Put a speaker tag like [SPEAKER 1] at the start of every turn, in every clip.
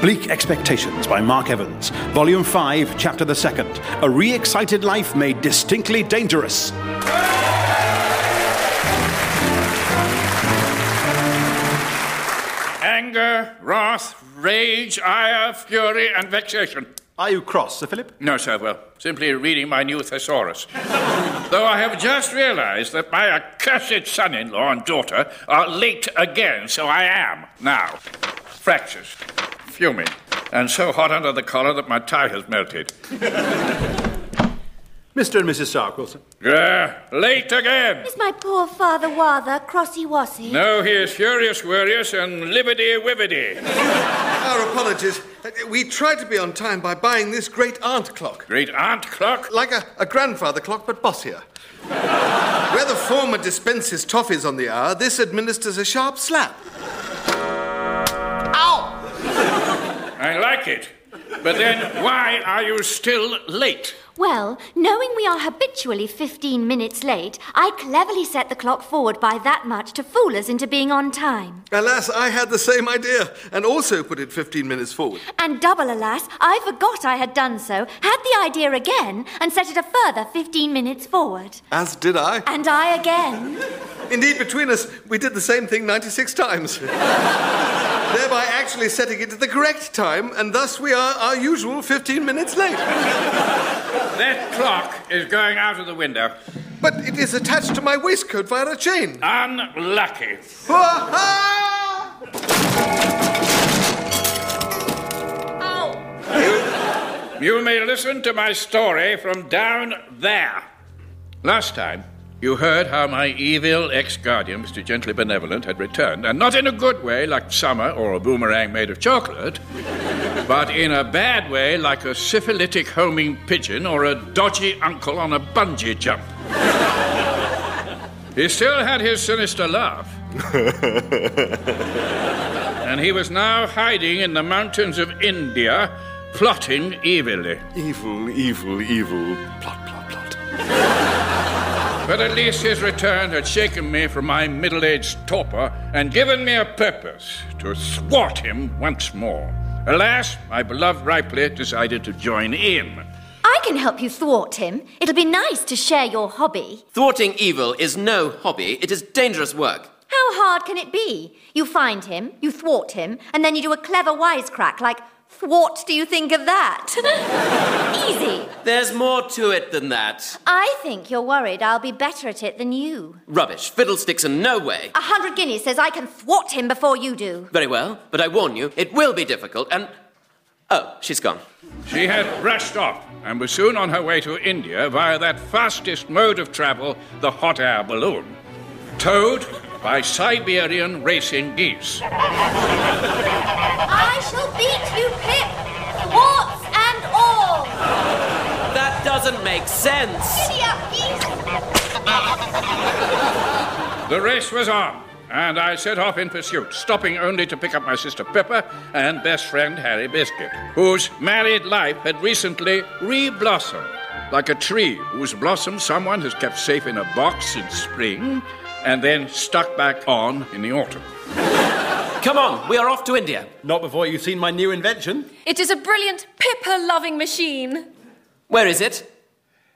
[SPEAKER 1] Bleak Expectations by Mark Evans, Volume 5, Chapter the Second. A re excited life made distinctly dangerous.
[SPEAKER 2] Anger, wrath, rage, ire, fury, and vexation.
[SPEAKER 1] Are you cross, Sir Philip?
[SPEAKER 2] No, Sir Will. Simply reading my new thesaurus. Though I have just realised that my accursed son in law and daughter are late again, so I am now. Fractures, fuming, and so hot under the collar that my tie has melted.
[SPEAKER 1] Mr. and Mrs. Sarkwell, sir.
[SPEAKER 2] Yeah, late again!
[SPEAKER 3] Is my poor father Wather crossy wossy?
[SPEAKER 2] No, he is furious, worrious, and libbity wibbity.
[SPEAKER 4] Our apologies. Uh, We tried to be on time by buying this great aunt clock.
[SPEAKER 2] Great aunt clock.
[SPEAKER 4] Like a, a grandfather clock, but bossier. Where the former dispenses toffees on the hour, this administers a sharp slap. Ow!
[SPEAKER 2] I like it. But then, why are you still late?
[SPEAKER 3] Well, knowing we are habitually 15 minutes late, I cleverly set the clock forward by that much to fool us into being on time.
[SPEAKER 4] Alas, I had the same idea and also put it 15 minutes forward.
[SPEAKER 3] And double alas, I forgot I had done so, had the idea again, and set it a further 15 minutes forward.
[SPEAKER 4] As did I.
[SPEAKER 3] And I again.
[SPEAKER 4] Indeed, between us, we did the same thing 96 times. Thereby actually setting it to the correct time, and thus we are our usual 15 minutes late.
[SPEAKER 2] That clock is going out of the window.
[SPEAKER 4] But it is attached to my waistcoat via a chain.
[SPEAKER 2] Unlucky.
[SPEAKER 4] Ow!
[SPEAKER 2] You may listen to my story from down there. Last time, you heard how my evil ex guardian, Mr. Gently Benevolent, had returned, and not in a good way like summer or a boomerang made of chocolate, but in a bad way like a syphilitic homing pigeon or a dodgy uncle on a bungee jump. he still had his sinister laugh. and he was now hiding in the mountains of India, plotting evilly.
[SPEAKER 5] Evil, evil, evil. Plot, plot, plot.
[SPEAKER 2] But at least his return had shaken me from my middle aged torpor and given me a purpose to thwart him once more. Alas, my beloved Ripley decided to join in.
[SPEAKER 3] I can help you thwart him. It'll be nice to share your hobby.
[SPEAKER 6] Thwarting evil is no hobby, it is dangerous work.
[SPEAKER 3] How hard can it be? You find him, you thwart him, and then you do a clever wisecrack like, What do you think of that? Easy.
[SPEAKER 6] There's more to it than that.
[SPEAKER 3] I think you're worried I'll be better at it than you.
[SPEAKER 6] Rubbish, fiddlesticks, and no way.
[SPEAKER 3] A hundred guineas says I can thwart him before you do.
[SPEAKER 6] Very well, but I warn you, it will be difficult, and. Oh, she's gone.
[SPEAKER 2] She had rushed off and was soon on her way to India via that fastest mode of travel, the hot air balloon, towed by Siberian racing geese.
[SPEAKER 3] I shall beat you, Pip, thwarts and all.
[SPEAKER 6] That doesn't make sense.
[SPEAKER 3] Giddy up, geese.
[SPEAKER 2] The race was on, and I set off in pursuit, stopping only to pick up my sister Pippa and best friend Harry Biscuit, whose married life had recently re blossomed, like a tree whose blossom someone has kept safe in a box in spring and then stuck back on in the autumn.
[SPEAKER 6] Come on, we are off to India.
[SPEAKER 1] Not before you've seen my new invention.
[SPEAKER 7] It is a brilliant pipper loving machine.
[SPEAKER 6] Where is it?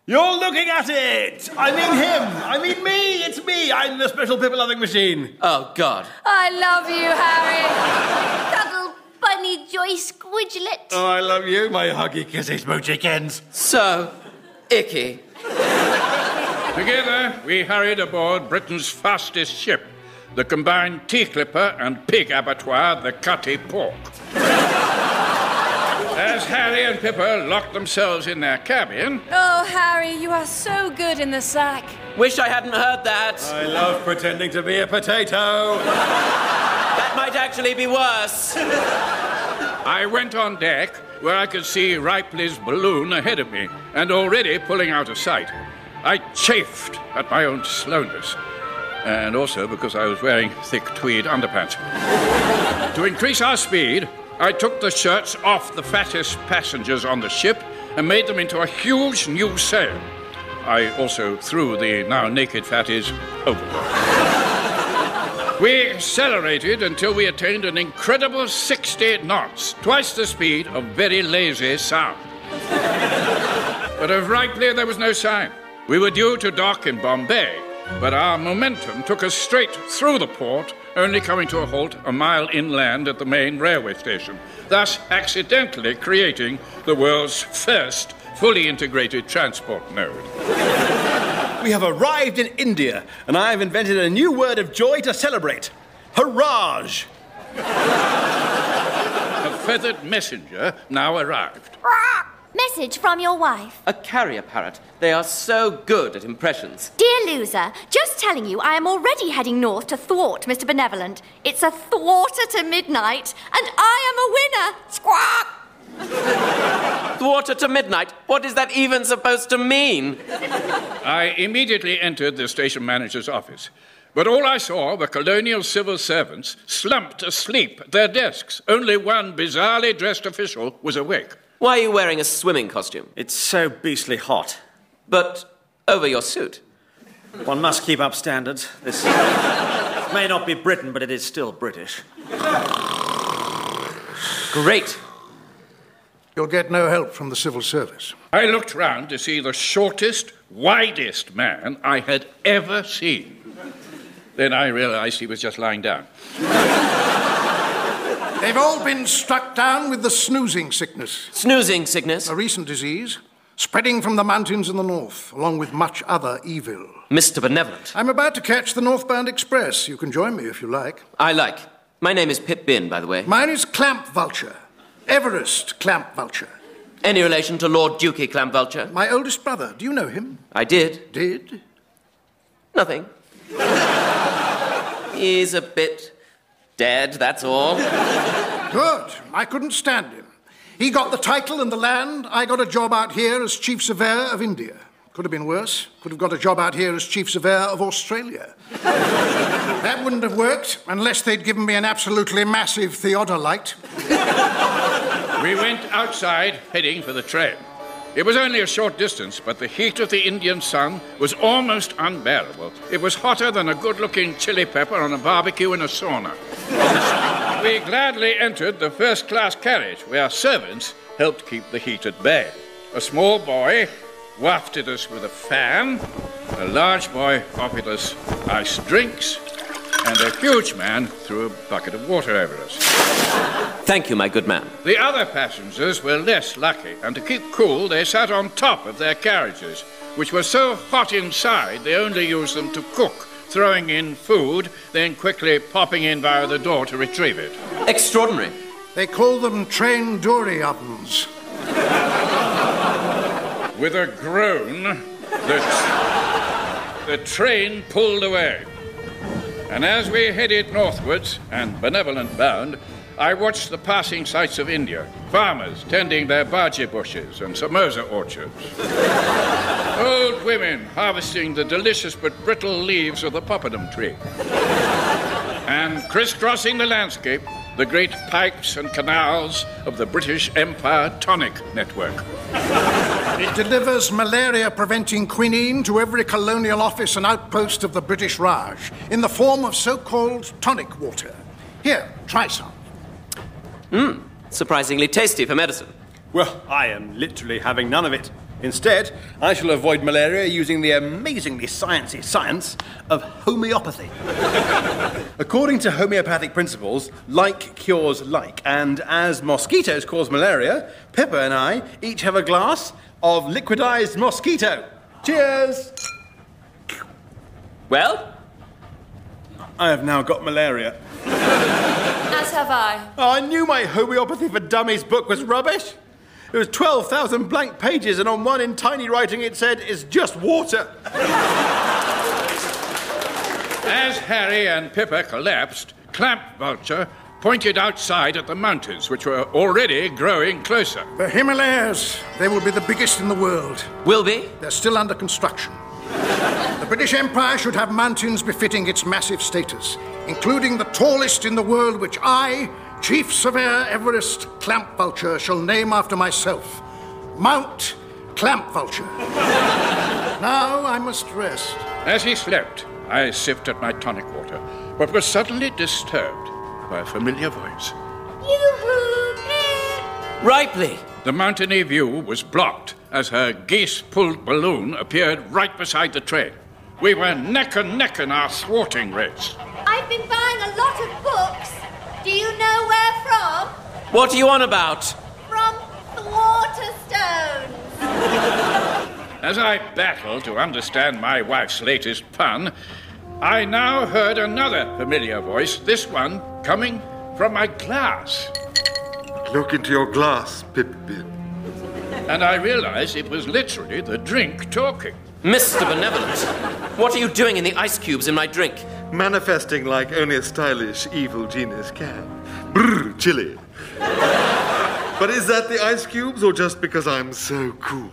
[SPEAKER 5] You're looking at it! I mean him! I mean me! It's me! I'm the special people loving machine!
[SPEAKER 6] Oh, God.
[SPEAKER 7] I love you, Harry.
[SPEAKER 3] Cuddle, bunny, joy, squidgelet.
[SPEAKER 5] Oh, I love you, my huggy kisses, moo chickens!
[SPEAKER 6] So icky.
[SPEAKER 2] Together, we hurried aboard Britain's fastest ship, the combined tea clipper and pig abattoir, the Cutty Pork. As Harry and Pippa locked themselves in their cabin,
[SPEAKER 7] Oh, Harry, you are so good in the sack.
[SPEAKER 6] Wish I hadn't heard that.
[SPEAKER 5] I love pretending to be a potato!
[SPEAKER 6] That might actually be worse.
[SPEAKER 2] I went on deck where I could see Ripley's balloon ahead of me and already pulling out of sight. I chafed at my own slowness and also because I was wearing thick tweed underpants. to increase our speed, I took the shirts off the fattest passengers on the ship and made them into a huge new sail. I also threw the now naked fatties overboard. We accelerated until we attained an incredible 60 knots, twice the speed of very lazy sound. but of Ripley, there was no sign. We were due to dock in Bombay, but our momentum took us straight through the port, only coming to a halt a mile inland at the main railway station, thus accidentally creating the world's first fully integrated transport node.
[SPEAKER 1] We have arrived in India, and I have invented a new word of joy to celebrate. Haraj!
[SPEAKER 2] A feathered messenger now arrived.
[SPEAKER 3] Message from your wife.
[SPEAKER 6] A carrier parrot. They are so good at impressions.
[SPEAKER 3] Dear loser, just telling you, I am already heading north to thwart Mr. Benevolent. It's a thwarter to midnight, and I am a winner. Squawk!
[SPEAKER 6] Quarter to midnight. What is that even supposed to mean?
[SPEAKER 2] I immediately entered the station manager's office, but all I saw were colonial civil servants slumped asleep at their desks. Only one bizarrely dressed official was awake.
[SPEAKER 6] Why are you wearing a swimming costume?
[SPEAKER 8] It's so beastly hot.
[SPEAKER 6] But over your suit.
[SPEAKER 8] One must keep up standards. This may not be Britain, but it is still British.
[SPEAKER 6] Great.
[SPEAKER 4] You'll get no help from the civil service.
[SPEAKER 2] I looked round to see the shortest, widest man I had ever seen. Then I realized he was just lying down.
[SPEAKER 4] They've all been struck down with the snoozing sickness,
[SPEAKER 6] Snoozing sickness.
[SPEAKER 4] a recent disease spreading from the mountains in the north, along with much other evil.
[SPEAKER 6] Mr. Benevolent.
[SPEAKER 4] I'm about to catch the northbound express. You can join me if you like.
[SPEAKER 6] I like. My name is Pip Bin, by the way.
[SPEAKER 4] Mine is Clamp Vulture, Everest Clamp Vulture.
[SPEAKER 6] Any relation to Lord Dukey Clam Vulture?
[SPEAKER 4] My oldest brother. Do you know him?
[SPEAKER 6] I did.
[SPEAKER 4] Did?
[SPEAKER 6] Nothing. He's a bit dead, that's all.
[SPEAKER 4] Good. I couldn't stand him. He got the title and the land. I got a job out here as Chief Surveyor of India. Could have been worse. Could have got a job out here as Chief Surveyor of Australia. that wouldn't have worked unless they'd given me an absolutely massive theodolite.
[SPEAKER 2] We went outside, heading for the train. It was only a short distance, but the heat of the Indian sun was almost unbearable. It was hotter than a good looking chili pepper on a barbecue in a sauna. we gladly entered the first class carriage, where servants helped keep the heat at bay. A small boy wafted us with a fan, a large boy offered us iced drinks, and a huge man threw a bucket of water over us.
[SPEAKER 6] Thank you, my good man.
[SPEAKER 2] The other passengers were less lucky, and to keep cool, they sat on top of their carriages, which were so hot inside they only used them to cook, throwing in food, then quickly popping in via the door to retrieve it.
[SPEAKER 6] Extraordinary.
[SPEAKER 4] They call them train dory ovens.
[SPEAKER 2] With a groan, the, the train pulled away. And as we headed northwards and benevolent bound, I watched the passing sights of India farmers tending their bhaji bushes and samosa orchards, old women harvesting the delicious but brittle leaves of the poppadom tree, and crisscrossing the landscape, the great pipes and canals of the British Empire Tonic Network.
[SPEAKER 4] It delivers malaria preventing quinine to every colonial office and outpost of the British Raj in the form of so called tonic water. Here, try some.
[SPEAKER 6] Surprisingly tasty for medicine.
[SPEAKER 1] Well, I am literally having none of it. Instead, I shall avoid malaria using the amazingly sciencey science of homeopathy. According to homeopathic principles, like cures like, and as mosquitoes cause malaria, Pippa and I each have a glass of liquidized mosquito. Cheers!
[SPEAKER 6] Well,
[SPEAKER 1] I have now got malaria.
[SPEAKER 7] As have I.
[SPEAKER 1] Oh, I knew my Homeopathy for Dummies book was rubbish. It was 12,000 blank pages, and on one in tiny writing it said, It's just water.
[SPEAKER 2] As Harry and Pippa collapsed, Clamp Vulture pointed outside at the mountains, which were already growing closer.
[SPEAKER 4] The Himalayas. They will be the biggest in the world.
[SPEAKER 6] will be.
[SPEAKER 4] They're still under construction. the British Empire should have mountains befitting its massive status, including the tallest in the world, which I, Chief Surveyor Everest Clamp Vulture, shall name after myself Mount Clamp Vulture. now I must rest.
[SPEAKER 2] As he slept, I sipped at my tonic water, but was suddenly disturbed by a familiar voice.
[SPEAKER 6] Ripley!
[SPEAKER 2] The mountainy view was blocked as her geese pulled balloon appeared right beside the train. We were neck and neck in our thwarting race.
[SPEAKER 9] I've been buying a lot of books. Do you know where from?
[SPEAKER 6] What are you on about?
[SPEAKER 9] From Thwarterstone.
[SPEAKER 2] As I battled to understand my wife's latest pun, I now heard another familiar voice, this one coming from my glass.
[SPEAKER 5] Look into your glass, Pip Pip.
[SPEAKER 2] And I realized it was literally the drink talking.
[SPEAKER 6] Mr. Benevolent, what are you doing in the ice cubes in my drink?
[SPEAKER 5] Manifesting like only a stylish evil genius can. Brr, chilly. but is that the ice cubes or just because I'm so cool?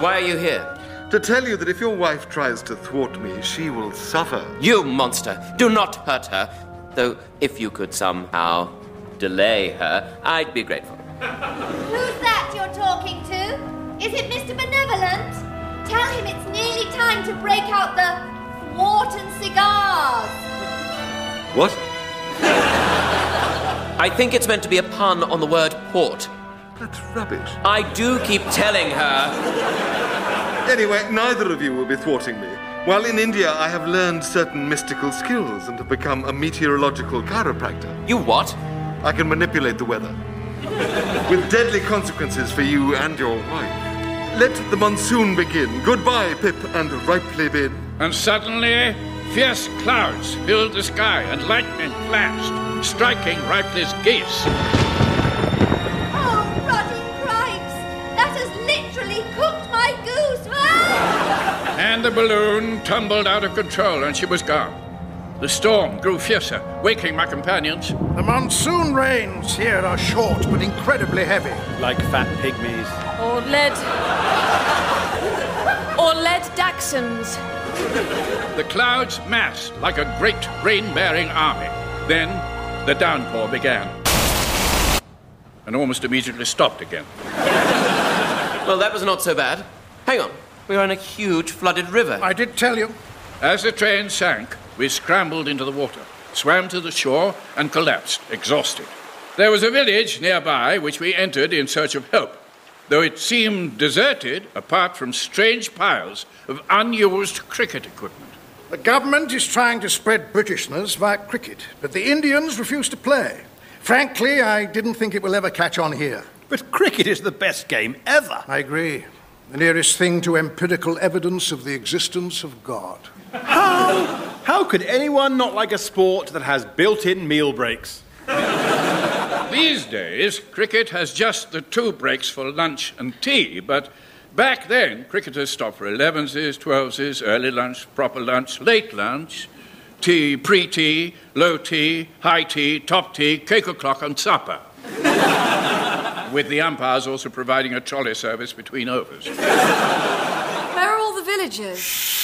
[SPEAKER 6] Why are you here?
[SPEAKER 5] To tell you that if your wife tries to thwart me, she will suffer.
[SPEAKER 6] You monster, do not hurt her. Though, if you could somehow delay her, I'd be grateful.
[SPEAKER 9] Who's that you're talking to? Is it Mr. Benevolent? Tell him it's nearly time to break out the Wharton cigars.
[SPEAKER 6] What? I think it's meant to be a pun on the word port.
[SPEAKER 5] That's rubbish.
[SPEAKER 6] I do keep telling her.
[SPEAKER 5] Anyway, neither of you will be thwarting me. While in India, I have learned certain mystical skills and have become a meteorological chiropractor.
[SPEAKER 6] You what?
[SPEAKER 5] I can manipulate the weather. With deadly consequences for you and your wife. Let the monsoon begin. Goodbye, Pip and Ripley Bin.
[SPEAKER 2] And suddenly, fierce clouds filled the sky and lightning flashed, striking Ripley's geese.
[SPEAKER 9] Oh, Roddy Cripes! That has literally cooked my goose! Ah!
[SPEAKER 2] And the balloon tumbled out of control and she was gone. The storm grew fiercer, waking my companions.
[SPEAKER 4] The monsoon rains here are short but incredibly heavy.
[SPEAKER 1] Like fat pygmies.
[SPEAKER 7] Or lead. Or lead Daxons.
[SPEAKER 2] The clouds massed like a great rain bearing army. Then the downpour began. And almost immediately stopped again.
[SPEAKER 6] Well, that was not so bad. Hang on, we are in a huge flooded river.
[SPEAKER 4] I did tell you.
[SPEAKER 2] As the train sank, we scrambled into the water, swam to the shore, and collapsed, exhausted. There was a village nearby which we entered in search of help, though it seemed deserted apart from strange piles of unused cricket equipment.
[SPEAKER 4] The government is trying to spread Britishness via cricket, but the Indians refuse to play. Frankly, I didn't think it will ever catch on here.
[SPEAKER 1] But cricket is the best game ever.
[SPEAKER 4] I agree. The nearest thing to empirical evidence of the existence of God.
[SPEAKER 1] How could anyone not like a sport that has built in meal breaks?
[SPEAKER 2] These days, cricket has just the two breaks for lunch and tea, but back then, cricketers stopped for 11s, 12s, early lunch, proper lunch, late lunch, tea, pre tea, low tea, high tea, top tea, cake o'clock, and supper. With the umpires also providing a trolley service between overs.
[SPEAKER 7] Where are all the villagers?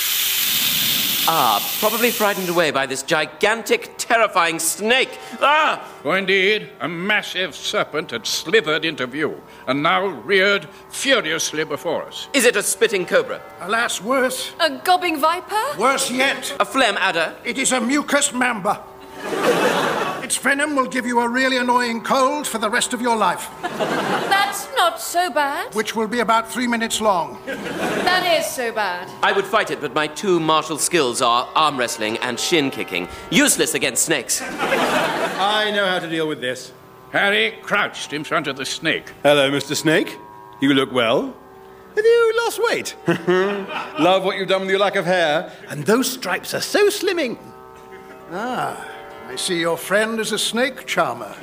[SPEAKER 6] Ah, probably frightened away by this gigantic, terrifying snake. Ah!
[SPEAKER 2] For Oh, indeed, a massive serpent had slithered into view and now reared furiously before us.
[SPEAKER 6] Is it a spitting cobra?
[SPEAKER 4] Alas, worse.
[SPEAKER 7] A gobbing viper?
[SPEAKER 4] Worse yet,
[SPEAKER 6] A phlegm adder?
[SPEAKER 4] it is a mucus mamba. its venom will give you a really annoying cold for the rest of your life,
[SPEAKER 7] That's not so bad.
[SPEAKER 4] which will be about three minutes long.
[SPEAKER 7] That is so bad.
[SPEAKER 6] I would fight it, but my two martial skills are arm wrestling and shin kicking. Useless against snakes.
[SPEAKER 1] I know how to deal with this.
[SPEAKER 2] Harry crouched in front of the snake.
[SPEAKER 1] Hello, Mr. Snake. You look well. Have you lost weight? Love what you've done with your lack of hair. And those stripes are so slimming.
[SPEAKER 4] Ah, I see your friend is a snake charmer.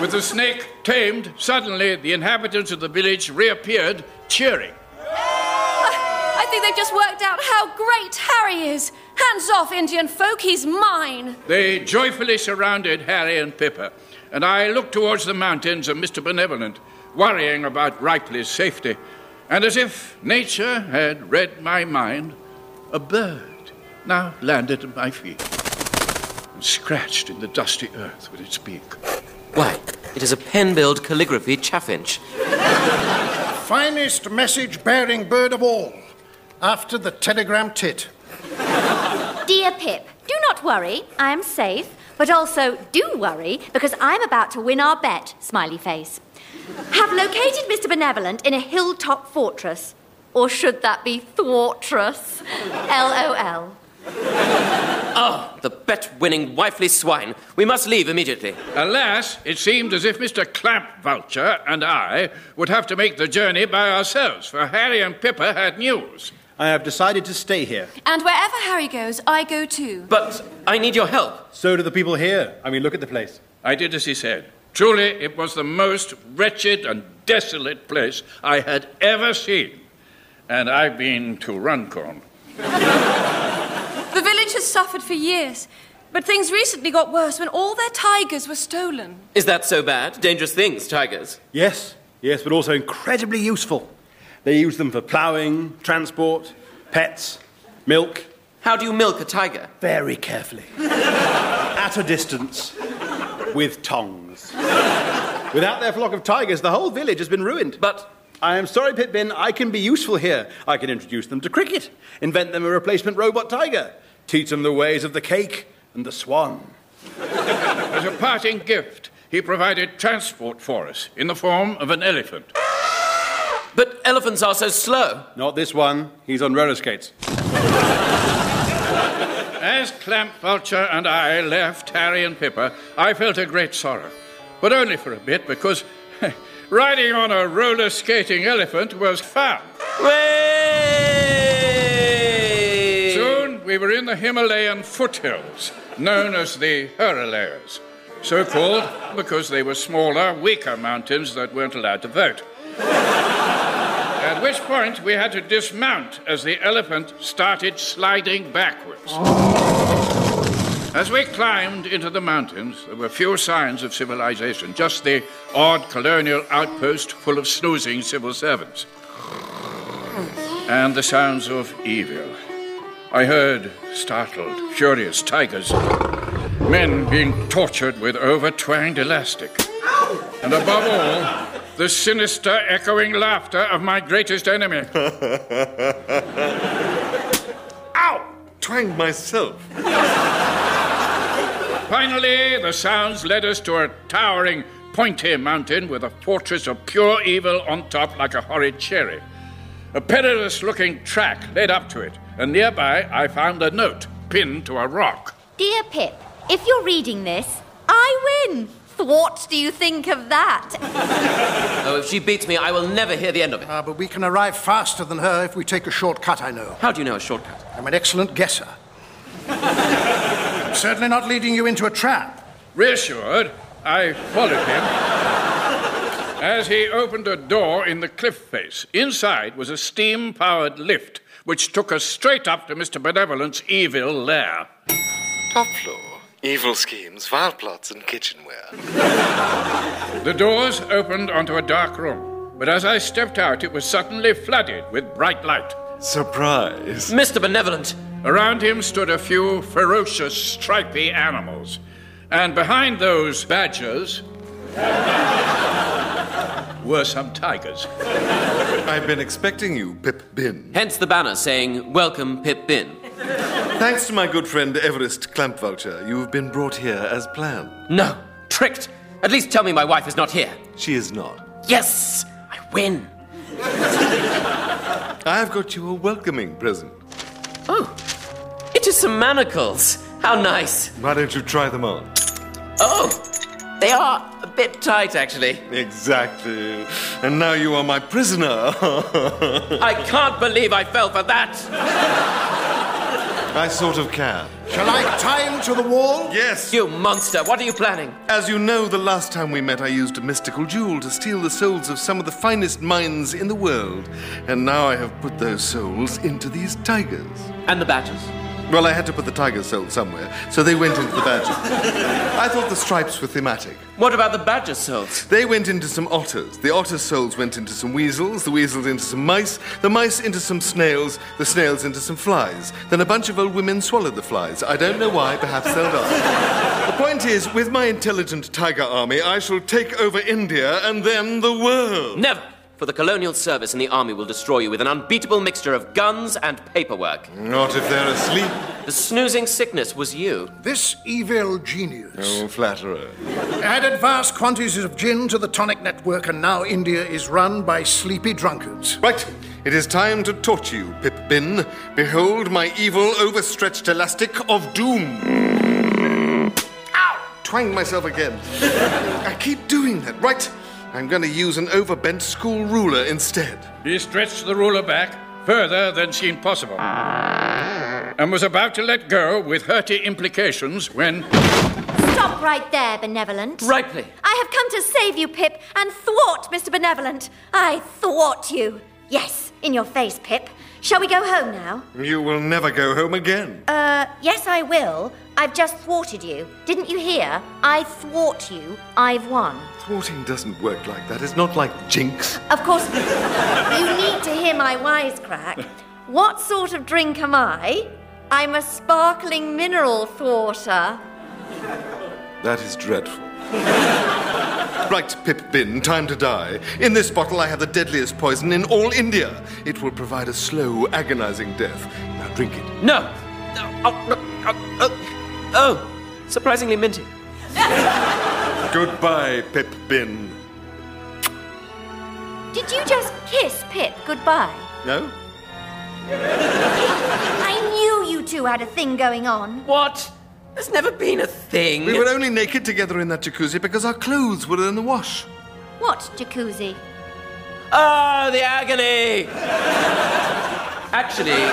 [SPEAKER 2] With the snake tamed, suddenly the inhabitants of the village reappeared, cheering.
[SPEAKER 7] I think they've just worked out how great Harry is. Hands off, Indian folk, he's mine.
[SPEAKER 2] They joyfully surrounded Harry and Pippa, and I looked towards the mountains and Mr. Benevolent, worrying about Ripley's safety. And as if nature had read my mind, a bird now landed at my feet and scratched in the dusty earth with its beak.
[SPEAKER 6] Why, it is a pen build calligraphy chaffinch.
[SPEAKER 4] Finest message bearing bird of all. after the telegram tit.
[SPEAKER 3] Dear Pip, do not worry. I am safe. But also, do worry because I'm about to win our bet. Smiley face. Have located Mr. Benevolent in a hilltop fortress. Or should that be thwartress? LOL.
[SPEAKER 6] Oh, the bet winning wifely swine. We must leave immediately.
[SPEAKER 2] Alas, it seemed as if Mr. Clamp Vulture and I would have to make the journey by ourselves, for Harry and Pippa had news.
[SPEAKER 1] I have decided to stay here.
[SPEAKER 7] And wherever Harry goes, I go too.
[SPEAKER 6] But I need your help.
[SPEAKER 1] So do the people here. I mean, look at the place.
[SPEAKER 2] I did as he said. Truly, it was the most wretched and desolate place I had ever seen. And I've been to Runcorn.
[SPEAKER 7] The village has suffered for years, but things recently got worse when all their tigers were stolen.
[SPEAKER 6] Is that so bad? Dangerous things, tigers.
[SPEAKER 1] Yes, yes, but also incredibly useful. They use them for ploughing, transport, pets, milk.
[SPEAKER 6] How do you milk a tiger?
[SPEAKER 1] Very carefully. At a distance. With tongs. Without their flock of tigers, the whole village has been ruined.
[SPEAKER 6] But.
[SPEAKER 1] I am sorry, Pitbin, I can be useful here. I can introduce them to cricket, invent them a replacement robot tiger, teach them the ways of the cake and the swan.
[SPEAKER 2] As a parting gift, he provided transport for us in the form of an elephant.
[SPEAKER 6] But elephants are so slow.
[SPEAKER 1] Not this one, he's on roller skates.
[SPEAKER 2] As Clamp Vulture and I left Harry and Pippa, I felt a great sorrow, but only for a bit because riding on a roller skating elephant was fun.
[SPEAKER 6] Way!
[SPEAKER 2] Soon we were in the Himalayan foothills, known as the Himalayas, so called because they were smaller, weaker mountains that weren't allowed to vote. At which point we had to dismount as the elephant started sliding backwards. As we climbed into the mountains, there were few signs of civilization, just the odd colonial outpost full of snoozing civil servants. And the sounds of evil. I heard startled, furious tigers, men being tortured with overtwanged elastic, and above all, the sinister, echoing laughter of my greatest enemy.
[SPEAKER 5] Ow! Twanged myself.
[SPEAKER 2] Finally, the sounds led us to a towering, pointy mountain with a fortress of pure evil on top like a horrid cherry. A perilous looking track led up to it, and nearby I found a note pinned to a rock.
[SPEAKER 3] Dear Pip, if you're reading this, I win. What do you think of that?
[SPEAKER 6] Oh, if she beats me, I will never hear the end of it.
[SPEAKER 4] Ah, but we can arrive faster than her if we take a shortcut, I know.
[SPEAKER 6] How do you know a shortcut?
[SPEAKER 4] I'm an excellent guesser. I'm certainly not leading you into a trap.
[SPEAKER 2] Reassured, I followed him as he opened a door in the cliff face. Inside was a steam powered lift which took us straight up to Mr. Benevolent's evil lair.
[SPEAKER 5] Top floor. Evil schemes, vile plots, and kitchenware.
[SPEAKER 2] The doors opened onto a dark room, but as I stepped out, it was suddenly flooded with bright light.
[SPEAKER 5] Surprise.
[SPEAKER 6] Mr. Benevolent,
[SPEAKER 2] Around him stood a few ferocious, stripy animals, and behind those badgers were some tigers.
[SPEAKER 5] I've been expecting you, Pip Bin.
[SPEAKER 6] hence the banner saying, Welcome, Pip Bin.
[SPEAKER 5] Thanks to my good friend Everest Clamp Vulture, you've been brought here as planned.
[SPEAKER 6] No, tricked. At least tell me my wife is not here.
[SPEAKER 5] She is not.
[SPEAKER 6] Yes, I win.
[SPEAKER 5] I've got you a welcoming present.
[SPEAKER 6] Oh, it is some manacles. How nice.
[SPEAKER 5] Why don't you try them on?
[SPEAKER 6] Oh, they are a bit tight, actually.
[SPEAKER 5] Exactly. And now you are my prisoner.
[SPEAKER 6] I can't believe I fell for that.
[SPEAKER 5] I sort of can.
[SPEAKER 4] Shall I tie him to the wall?
[SPEAKER 5] Yes.
[SPEAKER 6] You monster, what are you planning?
[SPEAKER 5] As you know, the last time we met, I used a mystical jewel to steal the souls of some of the finest minds in the world. And now I have put those souls into these tigers.
[SPEAKER 6] And the badges?
[SPEAKER 5] Well, I had to put the tiger soul somewhere, so they went into the badges. I thought the stripes were thematic.
[SPEAKER 6] What about the badger souls?
[SPEAKER 5] They went into some otters. The otter souls went into some weasels, the weasels into some mice, the mice into some snails, the snails into some flies. Then a bunch of old women swallowed the flies. I don't know why, perhaps they'll die. the point is, with my intelligent tiger army, I shall take over India and then the world.
[SPEAKER 6] Never. for the colonial service in the army will destroy you with an unbeatable mixture of guns and paperwork.
[SPEAKER 5] Not if they're asleep.
[SPEAKER 6] The snoozing sickness was you.
[SPEAKER 4] This evil genius
[SPEAKER 5] Oh, flatterer.
[SPEAKER 4] added vast quantities of gin to the tonic network, and now India is run by sleepy drunkards.
[SPEAKER 5] Right, it is time to torture you, Pip Bin. Behold my evil, overstretched elastic of doom. Ow! Twanged myself again. I keep doing that, right? I'm going to use an overbent school ruler instead.
[SPEAKER 2] He stretched the ruler back further than seemed possible and was about to let go with hurty implications when.
[SPEAKER 3] Stop right there, Benevolent.
[SPEAKER 2] Rightly.
[SPEAKER 3] I have come to save you, Pip, and thwart Mr. Benevolent. I thwart you. Yes, in your face, Pip. Shall we go home now?
[SPEAKER 5] You will never go home again.
[SPEAKER 3] Uh, yes, I will. I've just thwarted you. Didn't you hear? I thwart you. I've won.
[SPEAKER 5] Thwarting doesn't work like that. It's not like jinx.
[SPEAKER 3] Of course, you need to hear my wisecrack. What sort of drink am I? I'm a sparkling mineral thwarter.
[SPEAKER 5] That is dreadful. right, Pip Bin, time to die. In this bottle, I have the deadliest poison in all India. It will provide a slow, agonizing death. Now drink it.
[SPEAKER 6] No! Oh, no, oh, oh, oh, surprisingly minty.
[SPEAKER 5] Goodbye, Pip Bin.
[SPEAKER 3] Did you just kiss Pip goodbye?
[SPEAKER 5] No?
[SPEAKER 3] I knew you two had a thing going on.
[SPEAKER 6] What? There's never been a thing.
[SPEAKER 5] We were only naked together in that jacuzzi because our clothes were in the wash.
[SPEAKER 3] What jacuzzi?
[SPEAKER 6] Ah, the agony! Actually,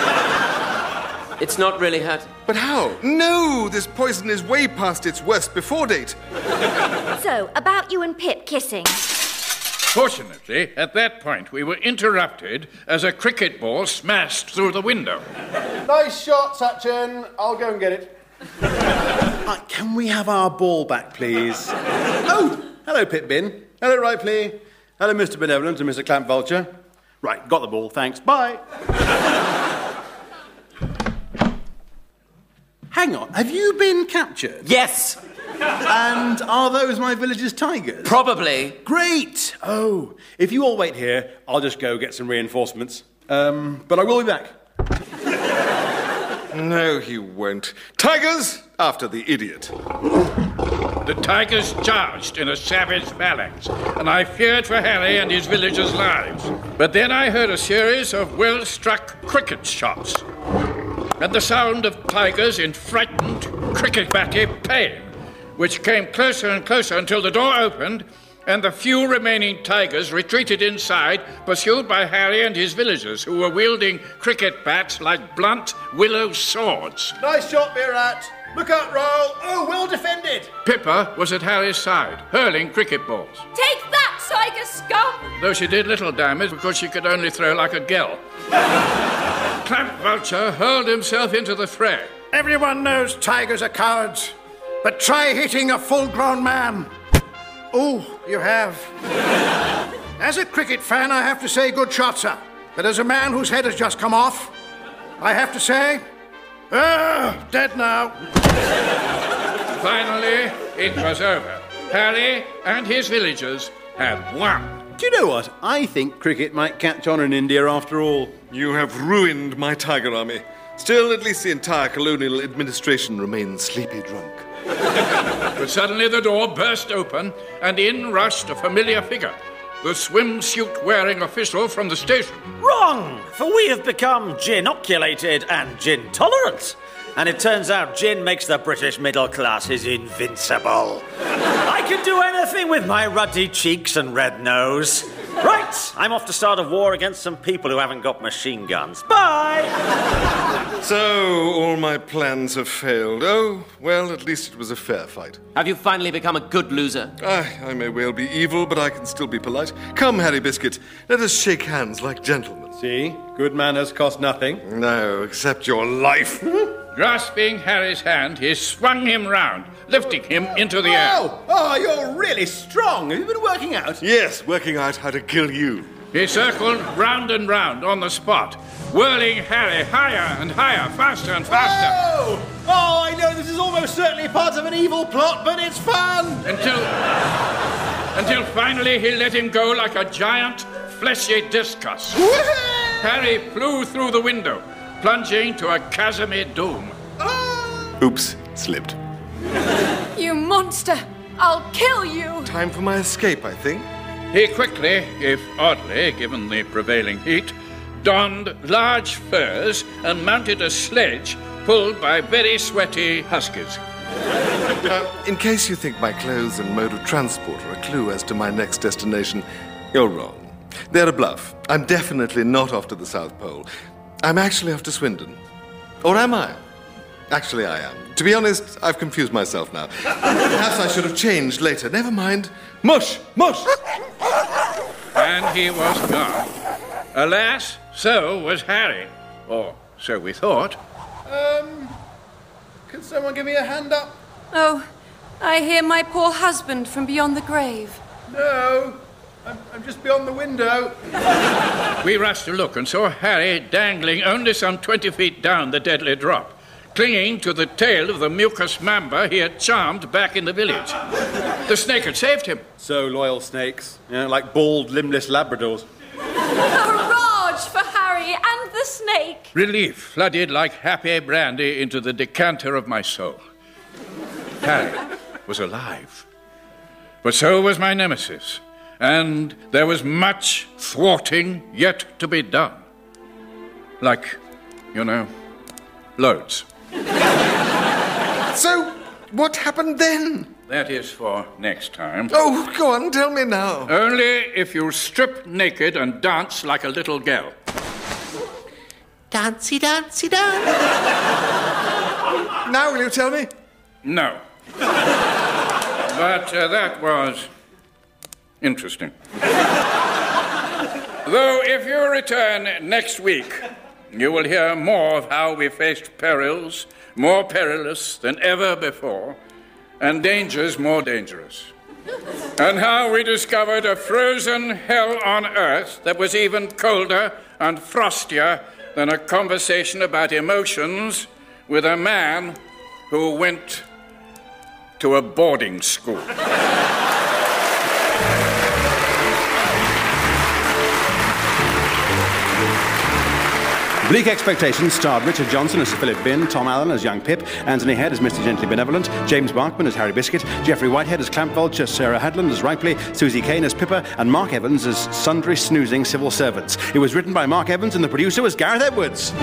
[SPEAKER 6] it's not really hurt.
[SPEAKER 5] But how? No! This poison is way past its worst before date.
[SPEAKER 3] So, about you and Pip kissing.
[SPEAKER 2] Fortunately, at that point, we were interrupted as a cricket ball smashed through the window.
[SPEAKER 10] Nice shot, Sachin. I'll go and get it.
[SPEAKER 1] Uh, can we have our ball back, please? oh, hello, Pitbin. Hello, Ripley. Hello, Mr. Benevolent and Mr. Clamp Vulture. Right, got the ball, thanks. Bye. Hang on, have you been captured?
[SPEAKER 6] Yes!
[SPEAKER 1] And are those my village's tigers?
[SPEAKER 6] Probably.
[SPEAKER 1] Great! Oh, if you all wait here, I'll just go get some reinforcements. Um, but I will be back.
[SPEAKER 5] No, he won't. Tigers! After the idiot.
[SPEAKER 2] The tigers charged in a savage phalanx, and I feared for Harry and his villagers' lives. But then I heard a series of well struck cricket shots, and the sound of tigers in frightened, cricket batty pain, which came closer and closer until the door opened. And the few remaining tigers retreated inside, pursued by Harry and his villagers, who were wielding cricket bats like blunt willow swords.
[SPEAKER 10] Nice shot, Virat. Look out, roll. Oh, well defended.
[SPEAKER 2] Pippa was at Harry's side, hurling cricket balls.
[SPEAKER 7] Take that, tiger scum!
[SPEAKER 2] Though she did little damage because she could only throw like a girl. Clamp Vulture hurled himself into the fray.
[SPEAKER 4] Everyone knows tigers are cowards, but try hitting a full grown man. Oh, you have. as a cricket fan, I have to say good shot, sir. But as a man whose head has just come off, I have to say, ah, dead now.
[SPEAKER 2] Finally, it was over. Harry and his villagers had won.
[SPEAKER 1] Do you know what? I think cricket might catch on in India after all.
[SPEAKER 5] You have ruined my tiger army. Still, at least the entire colonial administration remains sleepy drunk.
[SPEAKER 2] But suddenly the door burst open, and in rushed a familiar figure the swimsuit wearing official from the station.
[SPEAKER 8] Wrong! For we have become ginoculated and gin tolerant. And it turns out gin makes the British middle classes invincible. I can do anything with my ruddy cheeks and red nose. Right, I'm off to start a war against some people who haven't got machine guns. Bye!
[SPEAKER 5] So, all my plans have failed. Oh, well, at least it was a fair fight.
[SPEAKER 6] Have you finally become a good loser?
[SPEAKER 5] I, I may well be evil, but I can still be polite. Come, Harry Biscuit, let us shake hands like gentlemen.
[SPEAKER 1] See? Good manners cost nothing.
[SPEAKER 5] No, except your life.
[SPEAKER 2] Grasping Harry's hand, he swung him round, lifting him into the air.
[SPEAKER 1] Oh, oh, you're really strong. Have you been working out?
[SPEAKER 5] yes, working out how to kill you.
[SPEAKER 2] He circled round and round on the spot, whirling Harry higher and higher, faster and faster,
[SPEAKER 10] Oh! Oh, I know this is almost certainly part of an evil plot, but it's fun.
[SPEAKER 2] until until finally he let him go like a giant, fleshy discus. Harry flew through the window, plunging to a Casimir doom.
[SPEAKER 5] Oh,
[SPEAKER 4] Oops, slipped.
[SPEAKER 7] You monster! I'll kill you!
[SPEAKER 4] Time for my escape, I think.
[SPEAKER 2] He quickly, if oddly, given the prevailing heat, donned large furs and mounted a sledge pulled by very sweaty huskies.
[SPEAKER 4] In case you think my clothes and mode of transport are a clue as to my next destination, you're wrong. They're a bluff. I'm definitely not off to the South Pole. I'm actually off to Swindon. Or am I? Actually, I am. To be honest, I've confused myself now. Perhaps I should have changed later. Never mind. Mush! Mush!
[SPEAKER 2] And he was gone. Alas, so was Harry. Or so we thought.
[SPEAKER 5] Um, can someone give me a hand up?
[SPEAKER 7] Oh, I hear my poor husband from beyond the grave.
[SPEAKER 5] No, I'm, I'm just beyond the window.
[SPEAKER 2] We rushed to look and saw Harry dangling only some 20 feet down the deadly drop, clinging to the tail of the mucus mamba he had charmed back in the village. The snake had saved him.
[SPEAKER 11] So loyal snakes, you know, like bald, limbless Labradors.
[SPEAKER 7] Barrage for Harry and the snake!
[SPEAKER 2] Relief flooded like happy brandy into the decanter of my soul. Harry was alive. But so was my nemesis, and there was much thwarting yet to be done. Like, you know, loads.
[SPEAKER 4] So, what happened then?
[SPEAKER 2] That is for next time.
[SPEAKER 4] Oh, go on, tell me now.
[SPEAKER 2] Only if you strip naked and dance like a little girl.
[SPEAKER 4] Dancy, dancy, dance. now, will you tell me?
[SPEAKER 2] No. but uh, that was interesting. Though, if you return next week, you will hear more of how we faced perils more perilous than ever before, and dangers more dangerous. And how we discovered a frozen hell on earth that was even colder and frostier than a conversation about emotions with a man who went to a boarding school.
[SPEAKER 1] Bleak Expectations starred Richard Johnson as Sir Philip Bin, Tom Allen as Young Pip, Anthony Head as Mr. Gently Benevolent, James Barkman as Harry Biscuit, Jeffrey Whitehead as Clamp Vulture, Sarah Hadland as Ripley, Susie Kane as Pippa, and Mark Evans as Sundry Snoozing Civil Servants. It was written by Mark Evans and the producer was Gareth Edwards.